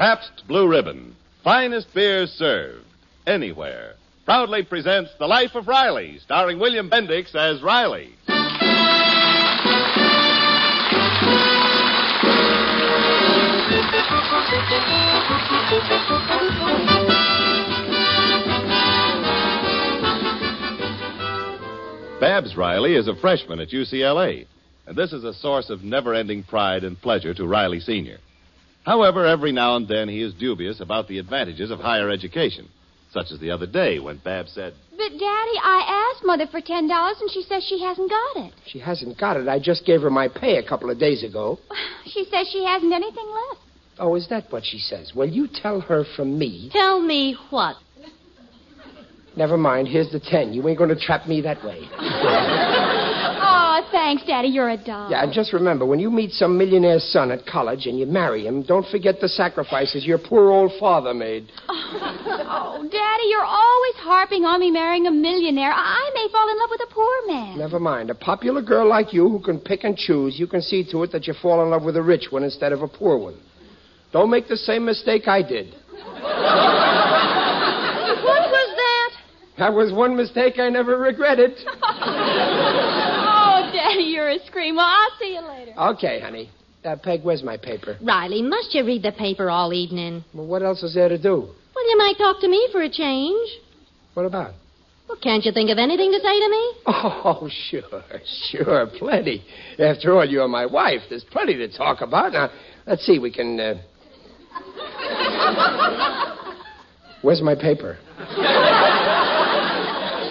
Pabst Blue Ribbon, finest beer served anywhere, proudly presents The Life of Riley, starring William Bendix as Riley. Babs Riley is a freshman at UCLA, and this is a source of never ending pride and pleasure to Riley Sr. However, every now and then he is dubious about the advantages of higher education, such as the other day when Babs said, But, Daddy, I asked Mother for $10, and she says she hasn't got it. She hasn't got it. I just gave her my pay a couple of days ago. She says she hasn't anything left. Oh, is that what she says? Well, you tell her from me. Tell me what? Never mind. Here's the ten. You ain't going to trap me that way. Oh, thanks, Daddy. You're a doll. Yeah, and just remember, when you meet some millionaire's son at college and you marry him, don't forget the sacrifices your poor old father made. Oh, Daddy, you're always harping on me marrying a millionaire. I, I may fall in love with a poor man. Never mind. A popular girl like you who can pick and choose, you can see to it that you fall in love with a rich one instead of a poor one. Don't make the same mistake I did. What was that? That was one mistake I never regretted. Oh, Daddy, you're a scream. Well, I'll see you later. Okay, honey. Uh, Peg, where's my paper? Riley, must you read the paper all evening? Well, what else is there to do? Well, you might talk to me for a change. What about? Well, can't you think of anything to say to me? Oh, sure, sure, plenty. After all, you're my wife. There's plenty to talk about. Now, let's see, we can. Uh... Where's my paper?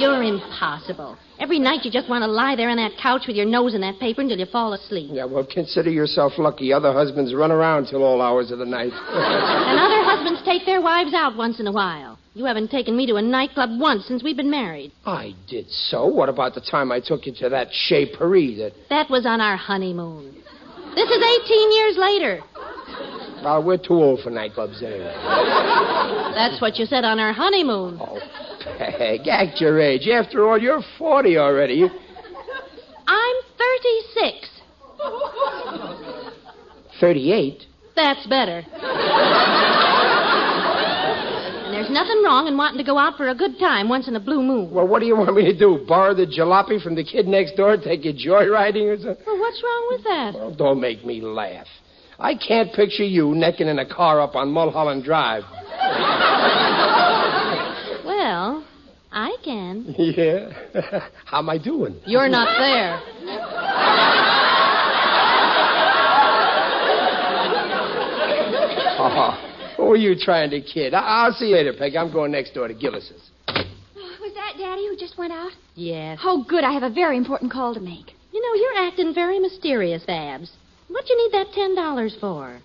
You're impossible. Every night you just want to lie there on that couch with your nose in that paper until you fall asleep. Yeah, well, consider yourself lucky. Other husbands run around till all hours of the night. And other husbands take their wives out once in a while. You haven't taken me to a nightclub once since we've been married. I did so. What about the time I took you to that Chez Paris? That That was on our honeymoon. This is 18 years later. well, we're too old for nightclubs anyway. That's what you said on our honeymoon. Oh, Peg, act your age. After all, you're forty already. I'm 36. Thirty-eight. That's better. and there's nothing wrong in wanting to go out for a good time once in a blue moon. Well, what do you want me to do? Borrow the jalopy from the kid next door? Take you joyriding or something? Well, what's wrong with that? Oh, don't make me laugh. I can't picture you necking in a car up on Mulholland Drive. Well, I can. Yeah. How am I doing? You're not there. Oh, who are you trying to kid? I- I'll see you later, Peg. I'm going next door to Gillis's. Was that Daddy who just went out? Yes. Oh, good. I have a very important call to make. You know, you're acting very mysterious, Babs. What you need that ten dollars for?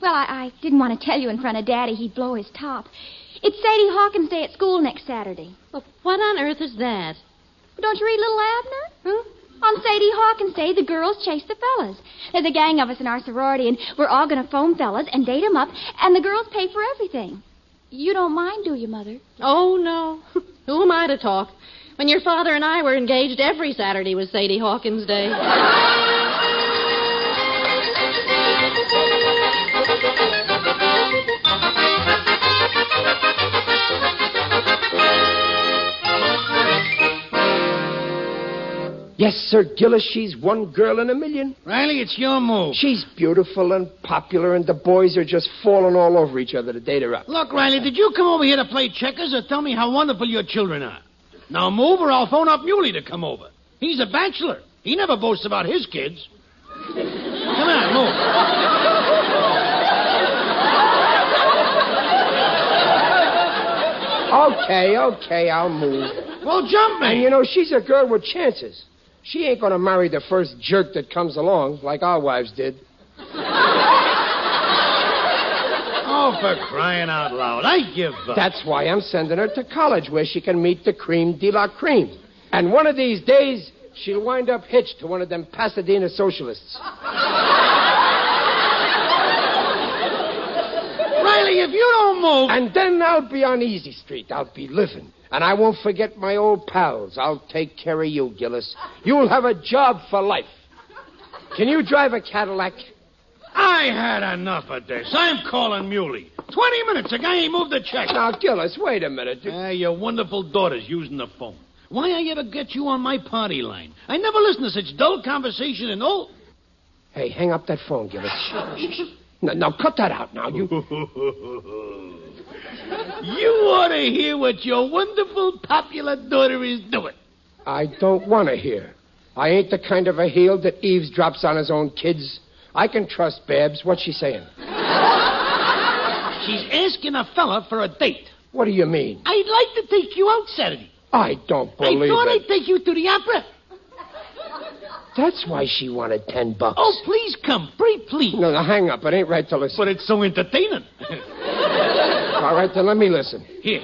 Well, I, I didn't want to tell you in front of Daddy. He'd blow his top. It's Sadie Hawkins' day at school next Saturday. Well, what on earth is that? Don't you read Little Abner? Hmm? On Sadie Hawkins' Day, the girls chase the fellas. There's a gang of us in our sorority, and we're all going to phone fellas and date 'em up, and the girls pay for everything. You don't mind, do you, Mother? Oh no. Who am I to talk? When your father and I were engaged, every Saturday was Sadie Hawkins' day. Yes, sir, Gillis, she's one girl in a million. Riley, it's your move. She's beautiful and popular, and the boys are just falling all over each other to date her up. Look, Riley, did you come over here to play checkers or tell me how wonderful your children are? Now move or I'll phone up Muley to come over. He's a bachelor. He never boasts about his kids. come on, move. Okay, okay, I'll move. Well, jump And me. you know, she's a girl with chances. She ain't gonna marry the first jerk that comes along, like our wives did. Oh, for crying out loud. I give up. That's why I'm sending her to college, where she can meet the cream de la cream. And one of these days, she'll wind up hitched to one of them Pasadena socialists. Riley, if you don't move. And then I'll be on Easy Street. I'll be living. And I won't forget my old pals. I'll take care of you, Gillis. You'll have a job for life. Can you drive a Cadillac? I had enough of this. I'm calling Muley. Twenty minutes, the guy ain't moved the check. Now, Gillis, wait a minute. You- Ah, your wonderful daughter's using the phone. Why I ever get you on my party line? I never listen to such dull conversation and oh. Hey, hang up that phone, Gillis. No, now cut that out. Now you. You ought to hear what your wonderful popular daughter is doing. I don't want to hear. I ain't the kind of a heel that eavesdrops on his own kids. I can trust Babs. What's she saying? She's asking a fella for a date. What do you mean? I'd like to take you out Saturday. I don't believe I thought it. I'd take you to the opera. That's why she wanted ten bucks. Oh, please come, free, please. No, no, hang up. It ain't right to listen. But it's so entertaining. All right, then let me listen. Here.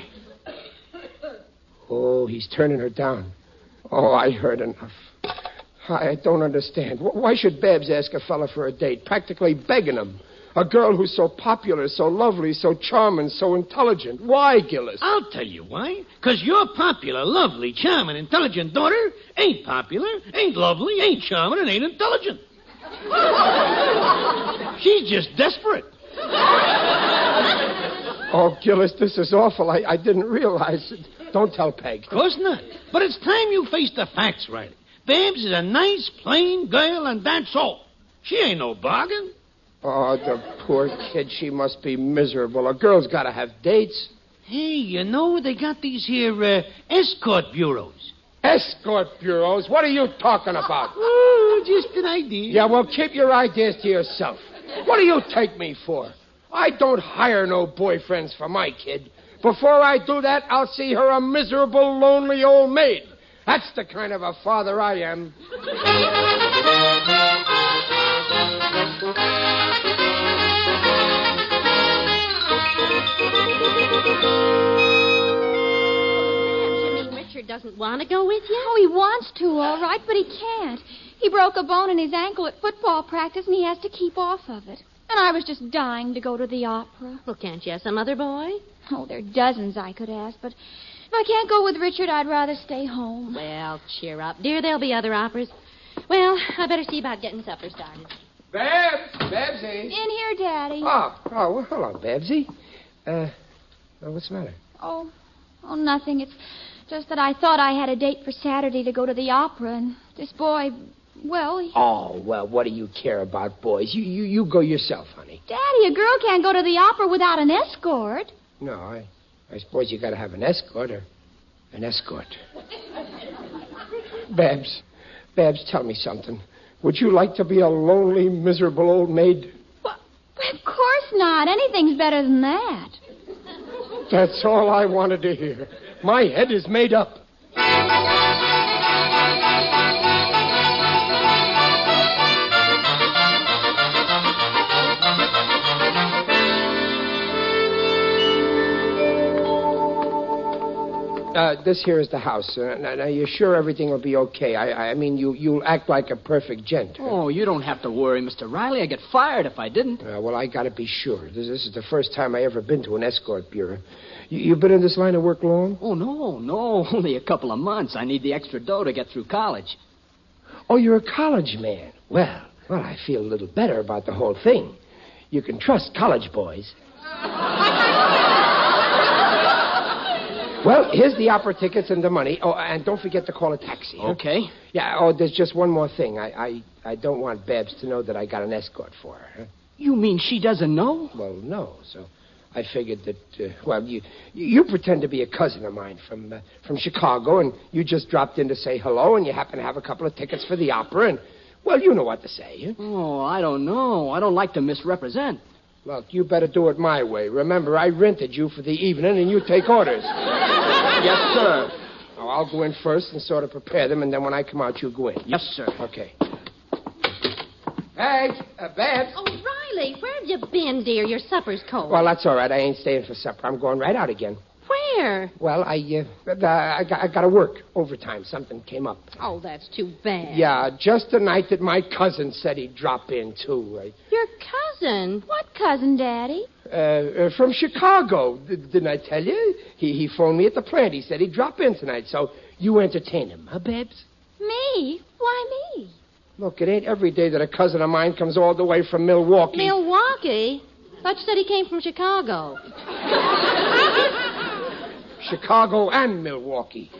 Oh, he's turning her down. Oh, I heard enough. I I don't understand. Wh- Why should Babs ask a fella for a date? Practically begging him. A girl who's so popular, so lovely, so charming, so intelligent. Why, Gillis? I'll tell you why. Because your popular, lovely, charming, intelligent daughter ain't popular, ain't lovely, ain't charming, and ain't intelligent. She's just desperate. Oh, Gillis, this is awful. I, I didn't realize it. Don't tell Peg. Of course not. But it's time you face the facts, Riley. Babs is a nice, plain girl, and that's all. She ain't no bargain. Oh, the poor kid. She must be miserable. A girl's got to have dates. Hey, you know, they got these here uh, escort bureaus. Escort bureaus? What are you talking about? Ooh, Oh, just an idea. Yeah, well, keep your ideas to yourself. What do you take me for? I don't hire no boyfriends for my kid. Before I do that, I'll see her a miserable, lonely old maid. That's the kind of a father I am. Perhaps you mean Richard doesn't want to go with you? Oh, he wants to, all right, but he can't. He broke a bone in his ankle at football practice, and he has to keep off of it. And I was just dying to go to the opera. Well, can't you have some other boy? Oh, there are dozens I could ask, but if I can't go with Richard, I'd rather stay home. Well, cheer up, dear. There'll be other operas. Well, I better see about getting supper started. Babs! Babsy! In here, Daddy. Oh, oh, well, hello, Babsy. Uh, well, what's the matter? Oh, oh, nothing. It's just that I thought I had a date for Saturday to go to the opera, and this boy, well, he... Oh, well, what do you care about boys? You, you, you go yourself, honey. Daddy, a girl can't go to the opera without an escort. No, I, I suppose you got to have an escort or an escort. Babs, Babs, tell me something. Would you like to be a lonely, miserable old maid? Well, of course not. Anything's better than that. That's all I wanted to hear. My head is made up. Uh, this here is the house. Uh, now, now, you're sure everything will be okay. I, I mean, you, you'll act like a perfect gent. Oh, you don't have to worry, Mr. Riley. I'd get fired if I didn't. Uh, well, I gotta be sure. This, this is the first time I ever been to an escort bureau. You, you been in this line of work long? Oh, no, no. Only a couple of months. I need the extra dough to get through college. Oh, you're a college man. Well, well, I feel a little better about the whole thing. You can trust college boys. well, here's the opera tickets and the money. Oh, and don't forget to call a taxi. huh? Okay? Yeah. Oh, there's just one more thing. I, I, I don't want Babs to know that I got an escort for her. huh? You mean she doesn't know? Well, no. So I figured that. Uh, well, you you pretend to be a cousin of mine from uh, from Chicago, and you just dropped in to say hello, and you happen to have a couple of tickets for the opera, and well, you know what to say. Huh? Oh, I don't know. I don't like to misrepresent. Look, you better do it my way. Remember, I rented you for the evening, and you take orders. yes, sir. Now I'll go in first and sort of prepare them, and then when I come out, you go in. Yes, sir. Okay. Hey, uh, Babs. Oh, Riley, where have you been, dear? Your supper's cold. Well, that's all right. I ain't staying for supper. I'm going right out again. where? Well, I, uh, th- I, got, I got to work overtime. Something came up. Oh, that's too bad. Yeah, just the night that my cousin said he'd drop in too. I- Your cousin. What cousin, Daddy? Uh, uh, from Chicago, D- didn't I tell you? He he phoned me at the plant. He said he'd drop in tonight. So you entertain him, huh, Babs? Me? Why me? Look, it ain't every day that a cousin of mine comes all the way from Milwaukee. Milwaukee? Thought you said he came from Chicago. Chicago and Milwaukee.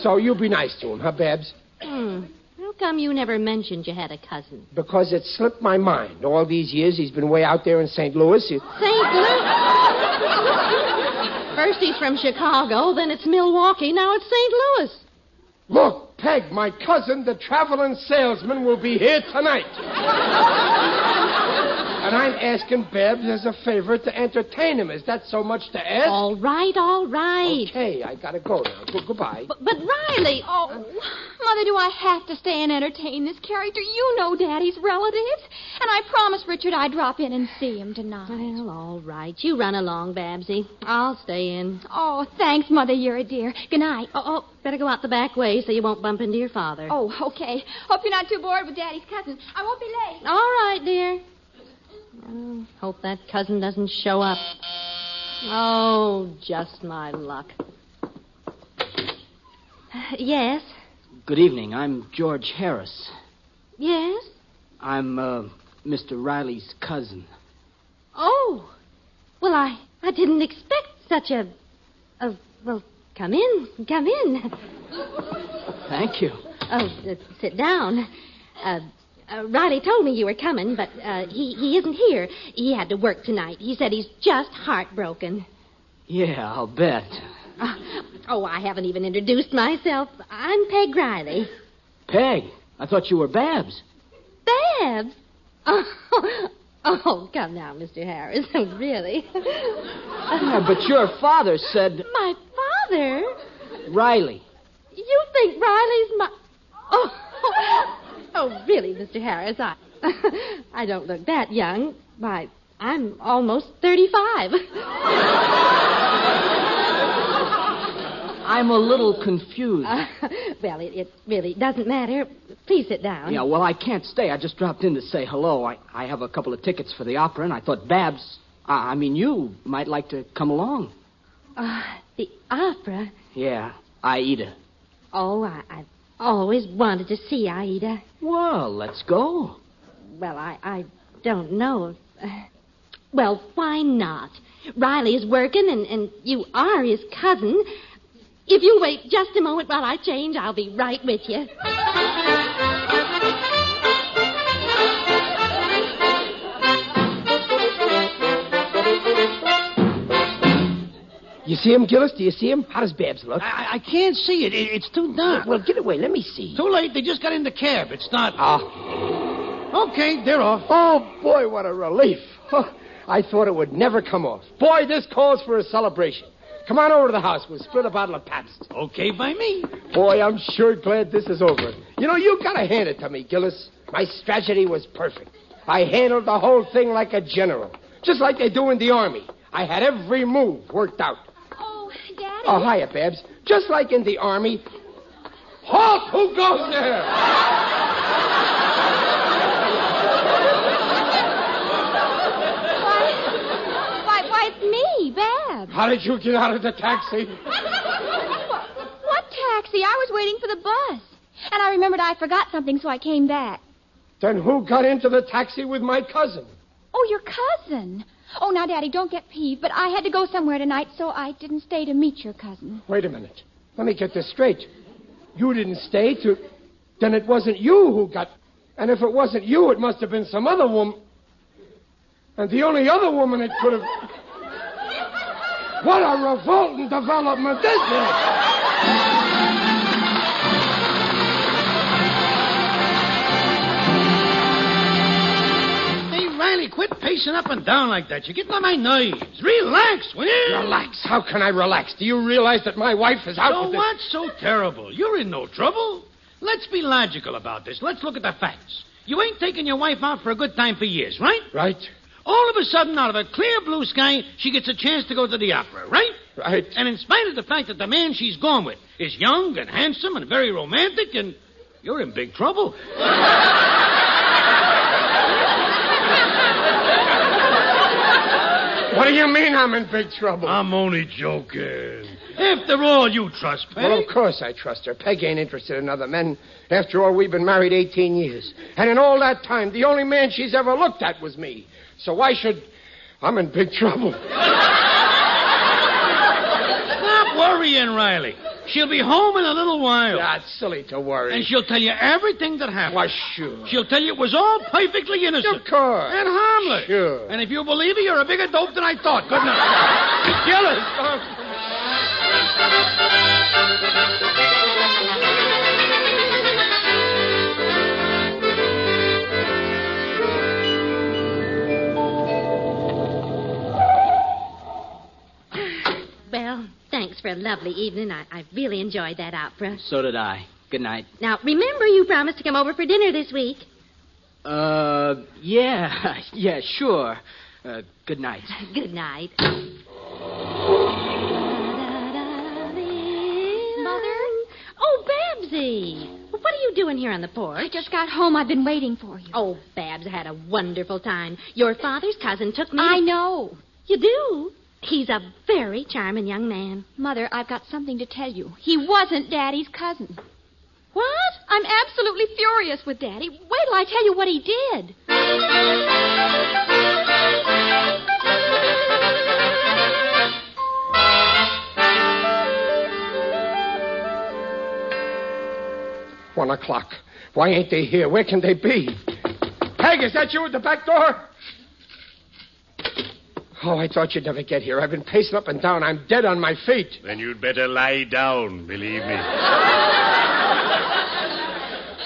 So you be nice to him, huh, Babs? Hmm. How come you never mentioned you had a cousin? Because it slipped my mind. All these years he's been way out there in St. Louis. He- St. Louis. First he's from Chicago, then it's Milwaukee, now it's St. Louis. Look, Peg, my cousin, the traveling salesman, will be here tonight. and I'm asking Babs as a favor to entertain him. Is that so much to ask? All right, all right. Okay, I gotta go now. Good- goodbye. But, but Riley, oh, Mother, do I have to stay and entertain this character? You know Daddy's relatives. And I promised Richard I'd drop in and see him tonight. well, all right. You run along, Babsy. I'll stay in. Oh, thanks, Mother. You're a dear. Good night. Oh, oh, better go out the back way so you won't bump into your father. Oh, okay. Hope you're not too bored with Daddy's cousin. I won't be late. All right, dear. Oh, hope that cousin doesn't show up. Oh, just my luck. Yes, Good evening. I'm George Harris. yes. I'm uh, Mr. Riley's cousin. Oh, well, I, I didn't expect such a, a. Well, come in, come in. Thank you. Oh, uh, sit down. Uh, uh, Riley told me you were coming, but uh, he, he isn't here. He had to work tonight. He said he's just heartbroken. Yeah, I'll bet. Uh, oh, I haven't even introduced myself. I'm Peg Riley. Peg, I thought you were Babs. Babs! Oh, oh come now, Mr. Harris. really? Yeah, Oh, but your father said My father? Riley. You think Riley's my. Oh, oh really, Mr. Harris? I, I don't look that young. Why, I'm almost 35. I'm a little confused. Uh, well, it, it really doesn't matter. Please sit down. Yeah, well, I can't stay. I just dropped in to say hello. I, I have a couple of tickets for the opera, and I thought Babs, uh, I mean, you might like to come along. Uh, the opera. Yeah, Aida. Oh, I, I've always wanted to see Aida. Well, let's go. Well, I, I don't know. if- Well, why not? Riley's working, and, and you are his cousin. If you wait just a moment while I change, I'll be right with you. You see him, Gillis? Do you see him? How does Babs look? I, I- I can't see it. it. It's too dark. Ah. Well, get away. Let me see. Too late. They just got in the cab. It's not. Ah. Okay, they're off. Oh, boy, what a relief. Huh. I thought it would never come off. Boy, this calls for a celebration. Come on over to the house. We'll split a bottle of Pabst. Okay by me. Boy, I'm sure glad this is over. You know, you gotta hand it to me, Gillis. My strategy was perfect. I handled the whole thing like a general, just like they do in the army. I had every move worked out. Oh, Daddy. Oh, hiya, Babs. Just like in the army. Halt! Who goes there? Why, why, why, it's me, Babs. How did you get out of the taxi? what, what taxi? I was waiting for the bus. And I remembered I forgot something, so I came back. Then who got into the taxi with my cousin? Oh, your cousin. Oh, now, Daddy, don't get peeved, but I had to go somewhere tonight, so I didn't stay to meet your cousin. Wait a minute. Let me get this straight. You didn't stay to. Then it wasn't you who got. And if it wasn't you, it must have been some other woman. And the only other woman it could have. What a revolting development this is! Hey, Riley, quit pacing up and down like that. You're getting on my nerves. Relax, will you? Relax. How can I relax? Do you realize that my wife is out So with this- what's so terrible? You're in no trouble. Let's be logical about this. Let's look at the facts. You ain't taking your wife out for a good time for years, right? Right. All of a sudden, out of a clear blue sky, she gets a chance to go to the opera, right? Right. And in spite of the fact that the man she's gone with is young and handsome and very romantic, and you're in big trouble. What do you mean I'm in big trouble? I'm only joking. After all, you trust Peg. Well, of course I trust her. Peg ain't interested in other men. After all, we've been married 18 years. And in all that time, the only man she's ever looked at was me. So why should. I'm in big trouble. Stop worrying, Riley. She'll be home in a little while. Ah, it's silly to worry. And she'll tell you everything that happened. Why, sure. She'll tell you it was all perfectly innocent. Of course. And harmless. Sure. And if you believe her, you're a bigger dope than I thought. Good night. Kill us. Well, thanks for a lovely evening. I, I really enjoyed that opera. So did I. Good night. Now, remember you promised to come over for dinner this week. Uh, yeah, yeah, sure. Uh, good night. Good night. Mother? Oh, Babsy. What are you doing here on the I porch? just got home. I've been waiting for you. Oh, Babs, I had a wonderful time. Your father's cousin took me. I know. You do? He's a very charming young man. Mother, I've got something to tell you. He wasn't Daddy's cousin. What? I'm absolutely furious with Daddy. Wait till I tell you what he did. One o'clock. Why ain't they here? Where can they be? Peg, is that you at the back door? Oh, I thought you'd never get here. I've been pacing up and down. I'm dead on my feet. Then you'd better lie down, believe me.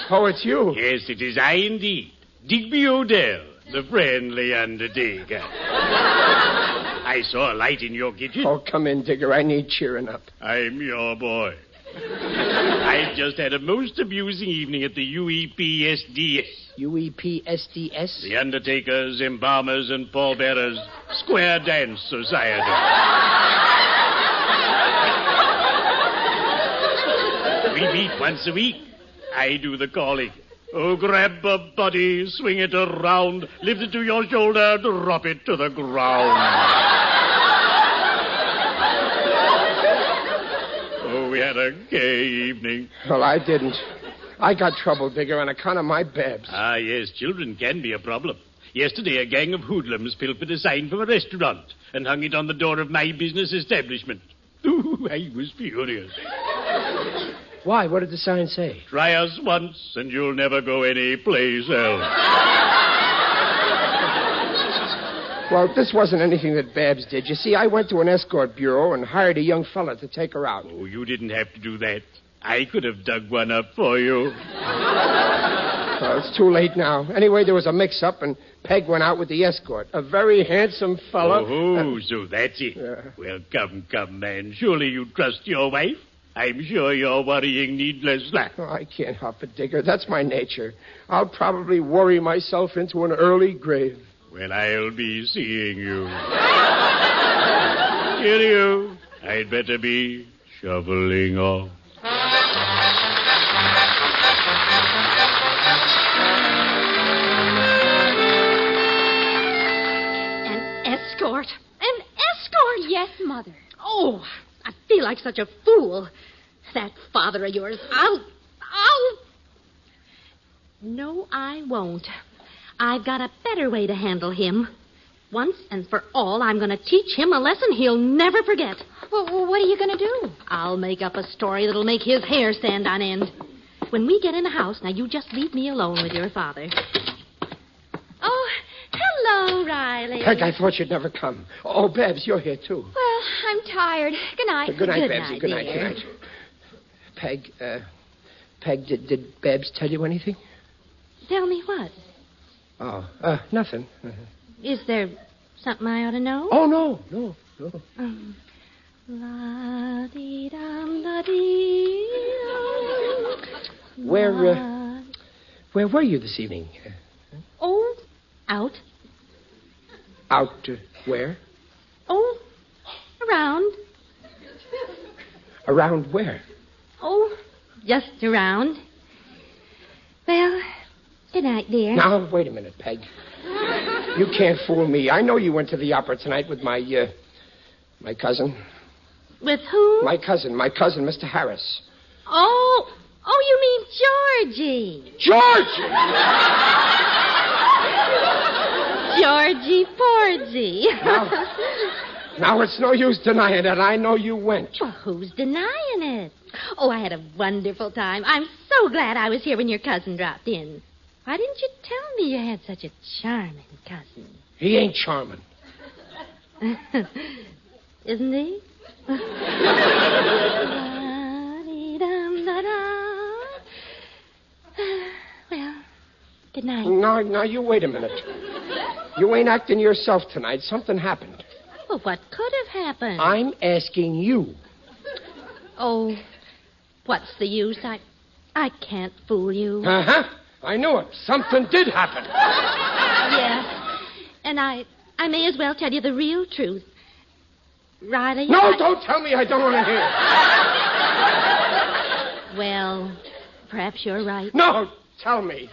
Oh, it's you. Yes, it is I indeed. Digby Odell, the friendly undertaker. I saw a light in your kitchen. Oh, come in, Digger. I need cheering up. I'm your boy. I've just had a most amusing evening at the E UEPSDS. E UEPSDS? The Undertakers, Embalmers, and Pallbearers Square Dance Society. we meet once a week. I do the calling. Oh, grab a body, swing it around, lift it to your shoulder, drop it to the ground. oh, we had a gay evening. Well, I didn't. I got trouble, Digger, on account of my Babs. Ah, yes, children can be a problem. Yesterday, a gang of hoodlums pilfered a sign from a restaurant and hung it on the door of my business establishment. Ooh, I was furious. Why? What did the sign say? Try us once, and you'll never go any place else. Well, this wasn't anything that Babs did. You see, I went to an escort bureau and hired a young fella to take her out. Oh, you didn't have to do that. I could have dug one up for you. Well, it's too late now. Anyway, there was a mix-up, and Peg went out with the escort. A very handsome fella. Oh, so that's it. Yeah. Well, come, come, man. Surely you trust your wife. I'm sure you're worrying needless slack. Oh, I can't help it, Digger. That's my nature. I'll probably worry myself into an early grave. Well, I'll be seeing you. Cheerio. I'd better be shoveling off. An escort. An escort. Yes, Mother. Oh, I feel like such a fool. That father of yours. I'll. I'll. No, I won't. I've got a better way to handle him. Once and for all, I'm going to teach him a lesson he'll never forget. Well, well, what are you going to do? I'll make up a story that'll make his hair stand on end. When we get in the house, now you just leave me alone with your father. Oh, hello, Riley. Peg, I thought you'd never come. Oh, Babs, you're here, too. Well, I'm tired. Good night. Good night, Good Babs. night, good night, good dear. night. Peg, uh, Peg, did, did Babs tell you anything? Tell me what? Oh, uh, nothing. Is there something I ought to know? Oh, no, no, no. Um, la dee dum la dee. Where, uh, where were you this evening? Uh, Oh, out. Out uh, where? Oh, around. Around where? Oh, just around. Well, good night, dear. Now, wait a minute, Peg. You can't fool me. I know you went to the opera tonight with my, uh, my cousin. With whom? My cousin, my cousin, Mr. Harris. Oh, oh, you mean Georgie. George! Georgie Porgy. Now it's no use denying it. I know you went. well, who's denying it? Oh, I had a wonderful time. I'm so glad I was here when your cousin dropped in. Why didn't you tell me you had such a charming cousin? He ain't charming. Isn't he? Da-dee-dum-da-da. well, good night. Now, now, you wait a minute. You ain't acting yourself tonight. Something happened. Well, what could have happened? I'm asking you. Oh, what's the use? I, I can't fool you. Uh huh. I knew it. Something did happen. Yes. And I, I may as well tell you the real truth. Riley. No, I- don't tell me. I don't want to hear. it. Well, perhaps you're right. No, tell me.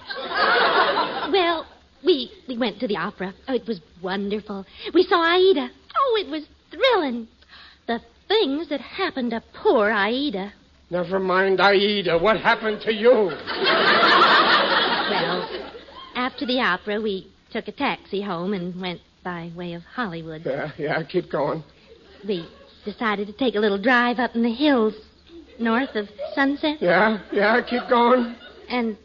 Well, we we went to the opera. Oh, it was wonderful. We saw Aida. Oh, it was thrilling. The things that happened to poor Aida. Never mind Aida. What happened to you? Well, after the opera, we took a taxi home and went by way of Hollywood. Yeah, yeah. Keep going. We decided to take a little drive up in the hills north of Sunset. Yeah, yeah. Keep going. And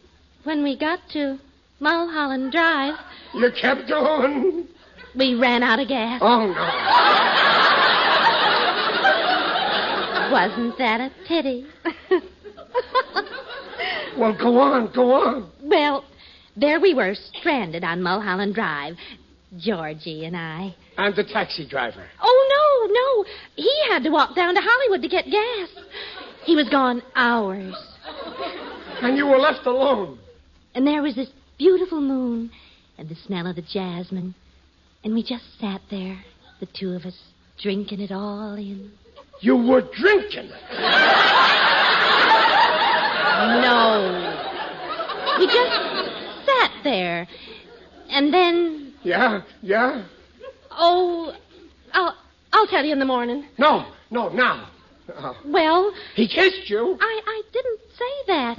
when we got to Mulholland Drive, You kept going. we ran out of gas. Oh no. Wasn't that a pity? Well, go on, go on. well, there we were stranded on Mulholland Drive, Georgie and I. I'm the taxi driver. Oh, no, no. He had to walk down to Hollywood to get gas. He was gone hours. And you were left alone. And there was this beautiful moon and the smell of the jasmine. And we just sat there, the two of us, drinking it all in. You were drinking. No. We just sat there. And then, Yeah, yeah. oh, I'll, I'll tell you in the morning. No, no, now. Oh. Well, He kissed you. I, I didn't say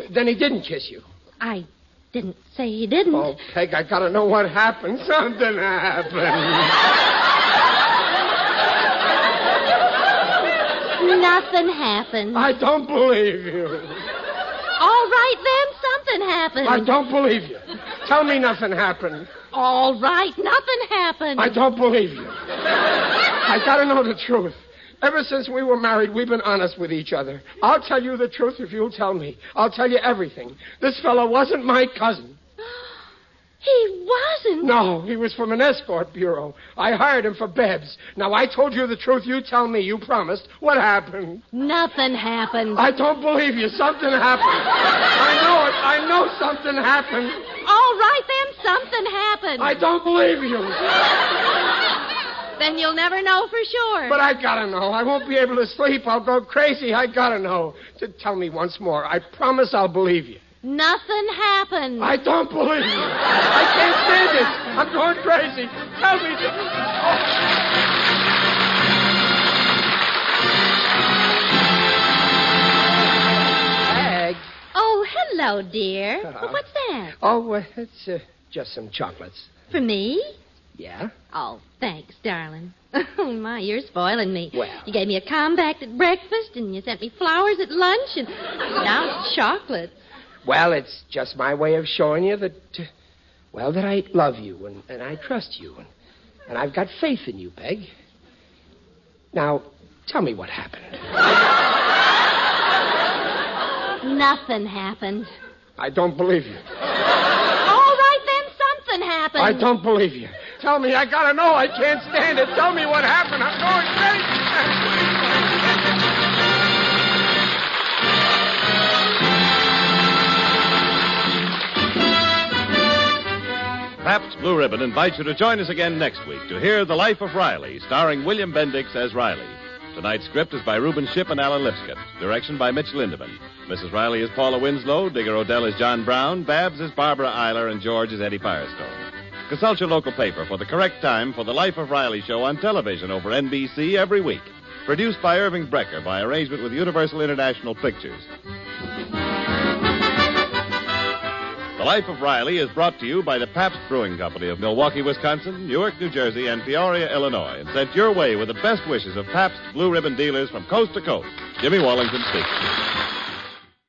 that. Then he didn't kiss you. I didn't say he didn't. Oh, Peg, I gotta know what happened. Something happened. Nothing happened. I don't believe you. All right, then, something happened. I don't believe you. Tell me nothing happened. All right, nothing happened. I don't believe you. I gotta know the truth. Ever since we were married, we've been honest with each other. I'll tell you the truth if you'll tell me. I'll tell you everything. This fellow wasn't my cousin. He wasn't. No, he was from an escort bureau. I hired him for Babs. Now, I told you the truth. You tell me. You promised. What happened? Nothing happened. I don't believe you. Something happened. I know it. I know something happened. All right, then, something happened. I don't believe you. Then you'll never know for sure. But I gotta know. I won't be able to sleep. I'll go crazy. I gotta know. T- tell me once more. I promise I'll believe you. Nothing happened. I don't believe you. I can't stand it. I'm going crazy. Tell me. Peg. Oh, hello, dear. Well, what's that? Oh, uh, it's uh, just some chocolates. For me? Yeah? Oh, thanks, darling. Oh, my, you're spoiling me. Well. You gave me a compact at breakfast, and you sent me flowers at lunch, and now chocolate. Well, it's just my way of showing you that, uh, well, that I love you and, and I trust you and, and I've got faith in you, Peg. Now, tell me what happened. Nothing happened. I don't believe you. All right, then, something happened. I don't believe you. Tell me, I gotta know. I can't stand it. Tell me what happened. I'm going crazy. Pabst Blue Ribbon invites you to join us again next week to hear The Life of Riley, starring William Bendix as Riley. Tonight's script is by Reuben Ship and Alan Lipscott. Direction by Mitch Lindemann. Mrs. Riley is Paula Winslow. Digger Odell is John Brown. Babs is Barbara Eiler. And George is Eddie Firestone. Consult your local paper for the correct time for the Life of Riley show on television over NBC every week. Produced by Irving Brecker by arrangement with Universal International Pictures. The Life of Riley is brought to you by the Pabst Brewing Company of Milwaukee, Wisconsin, Newark, New Jersey, and Peoria, Illinois, and sent your way with the best wishes of Pabst Blue Ribbon dealers from coast to coast. Jimmy Wallington speaks.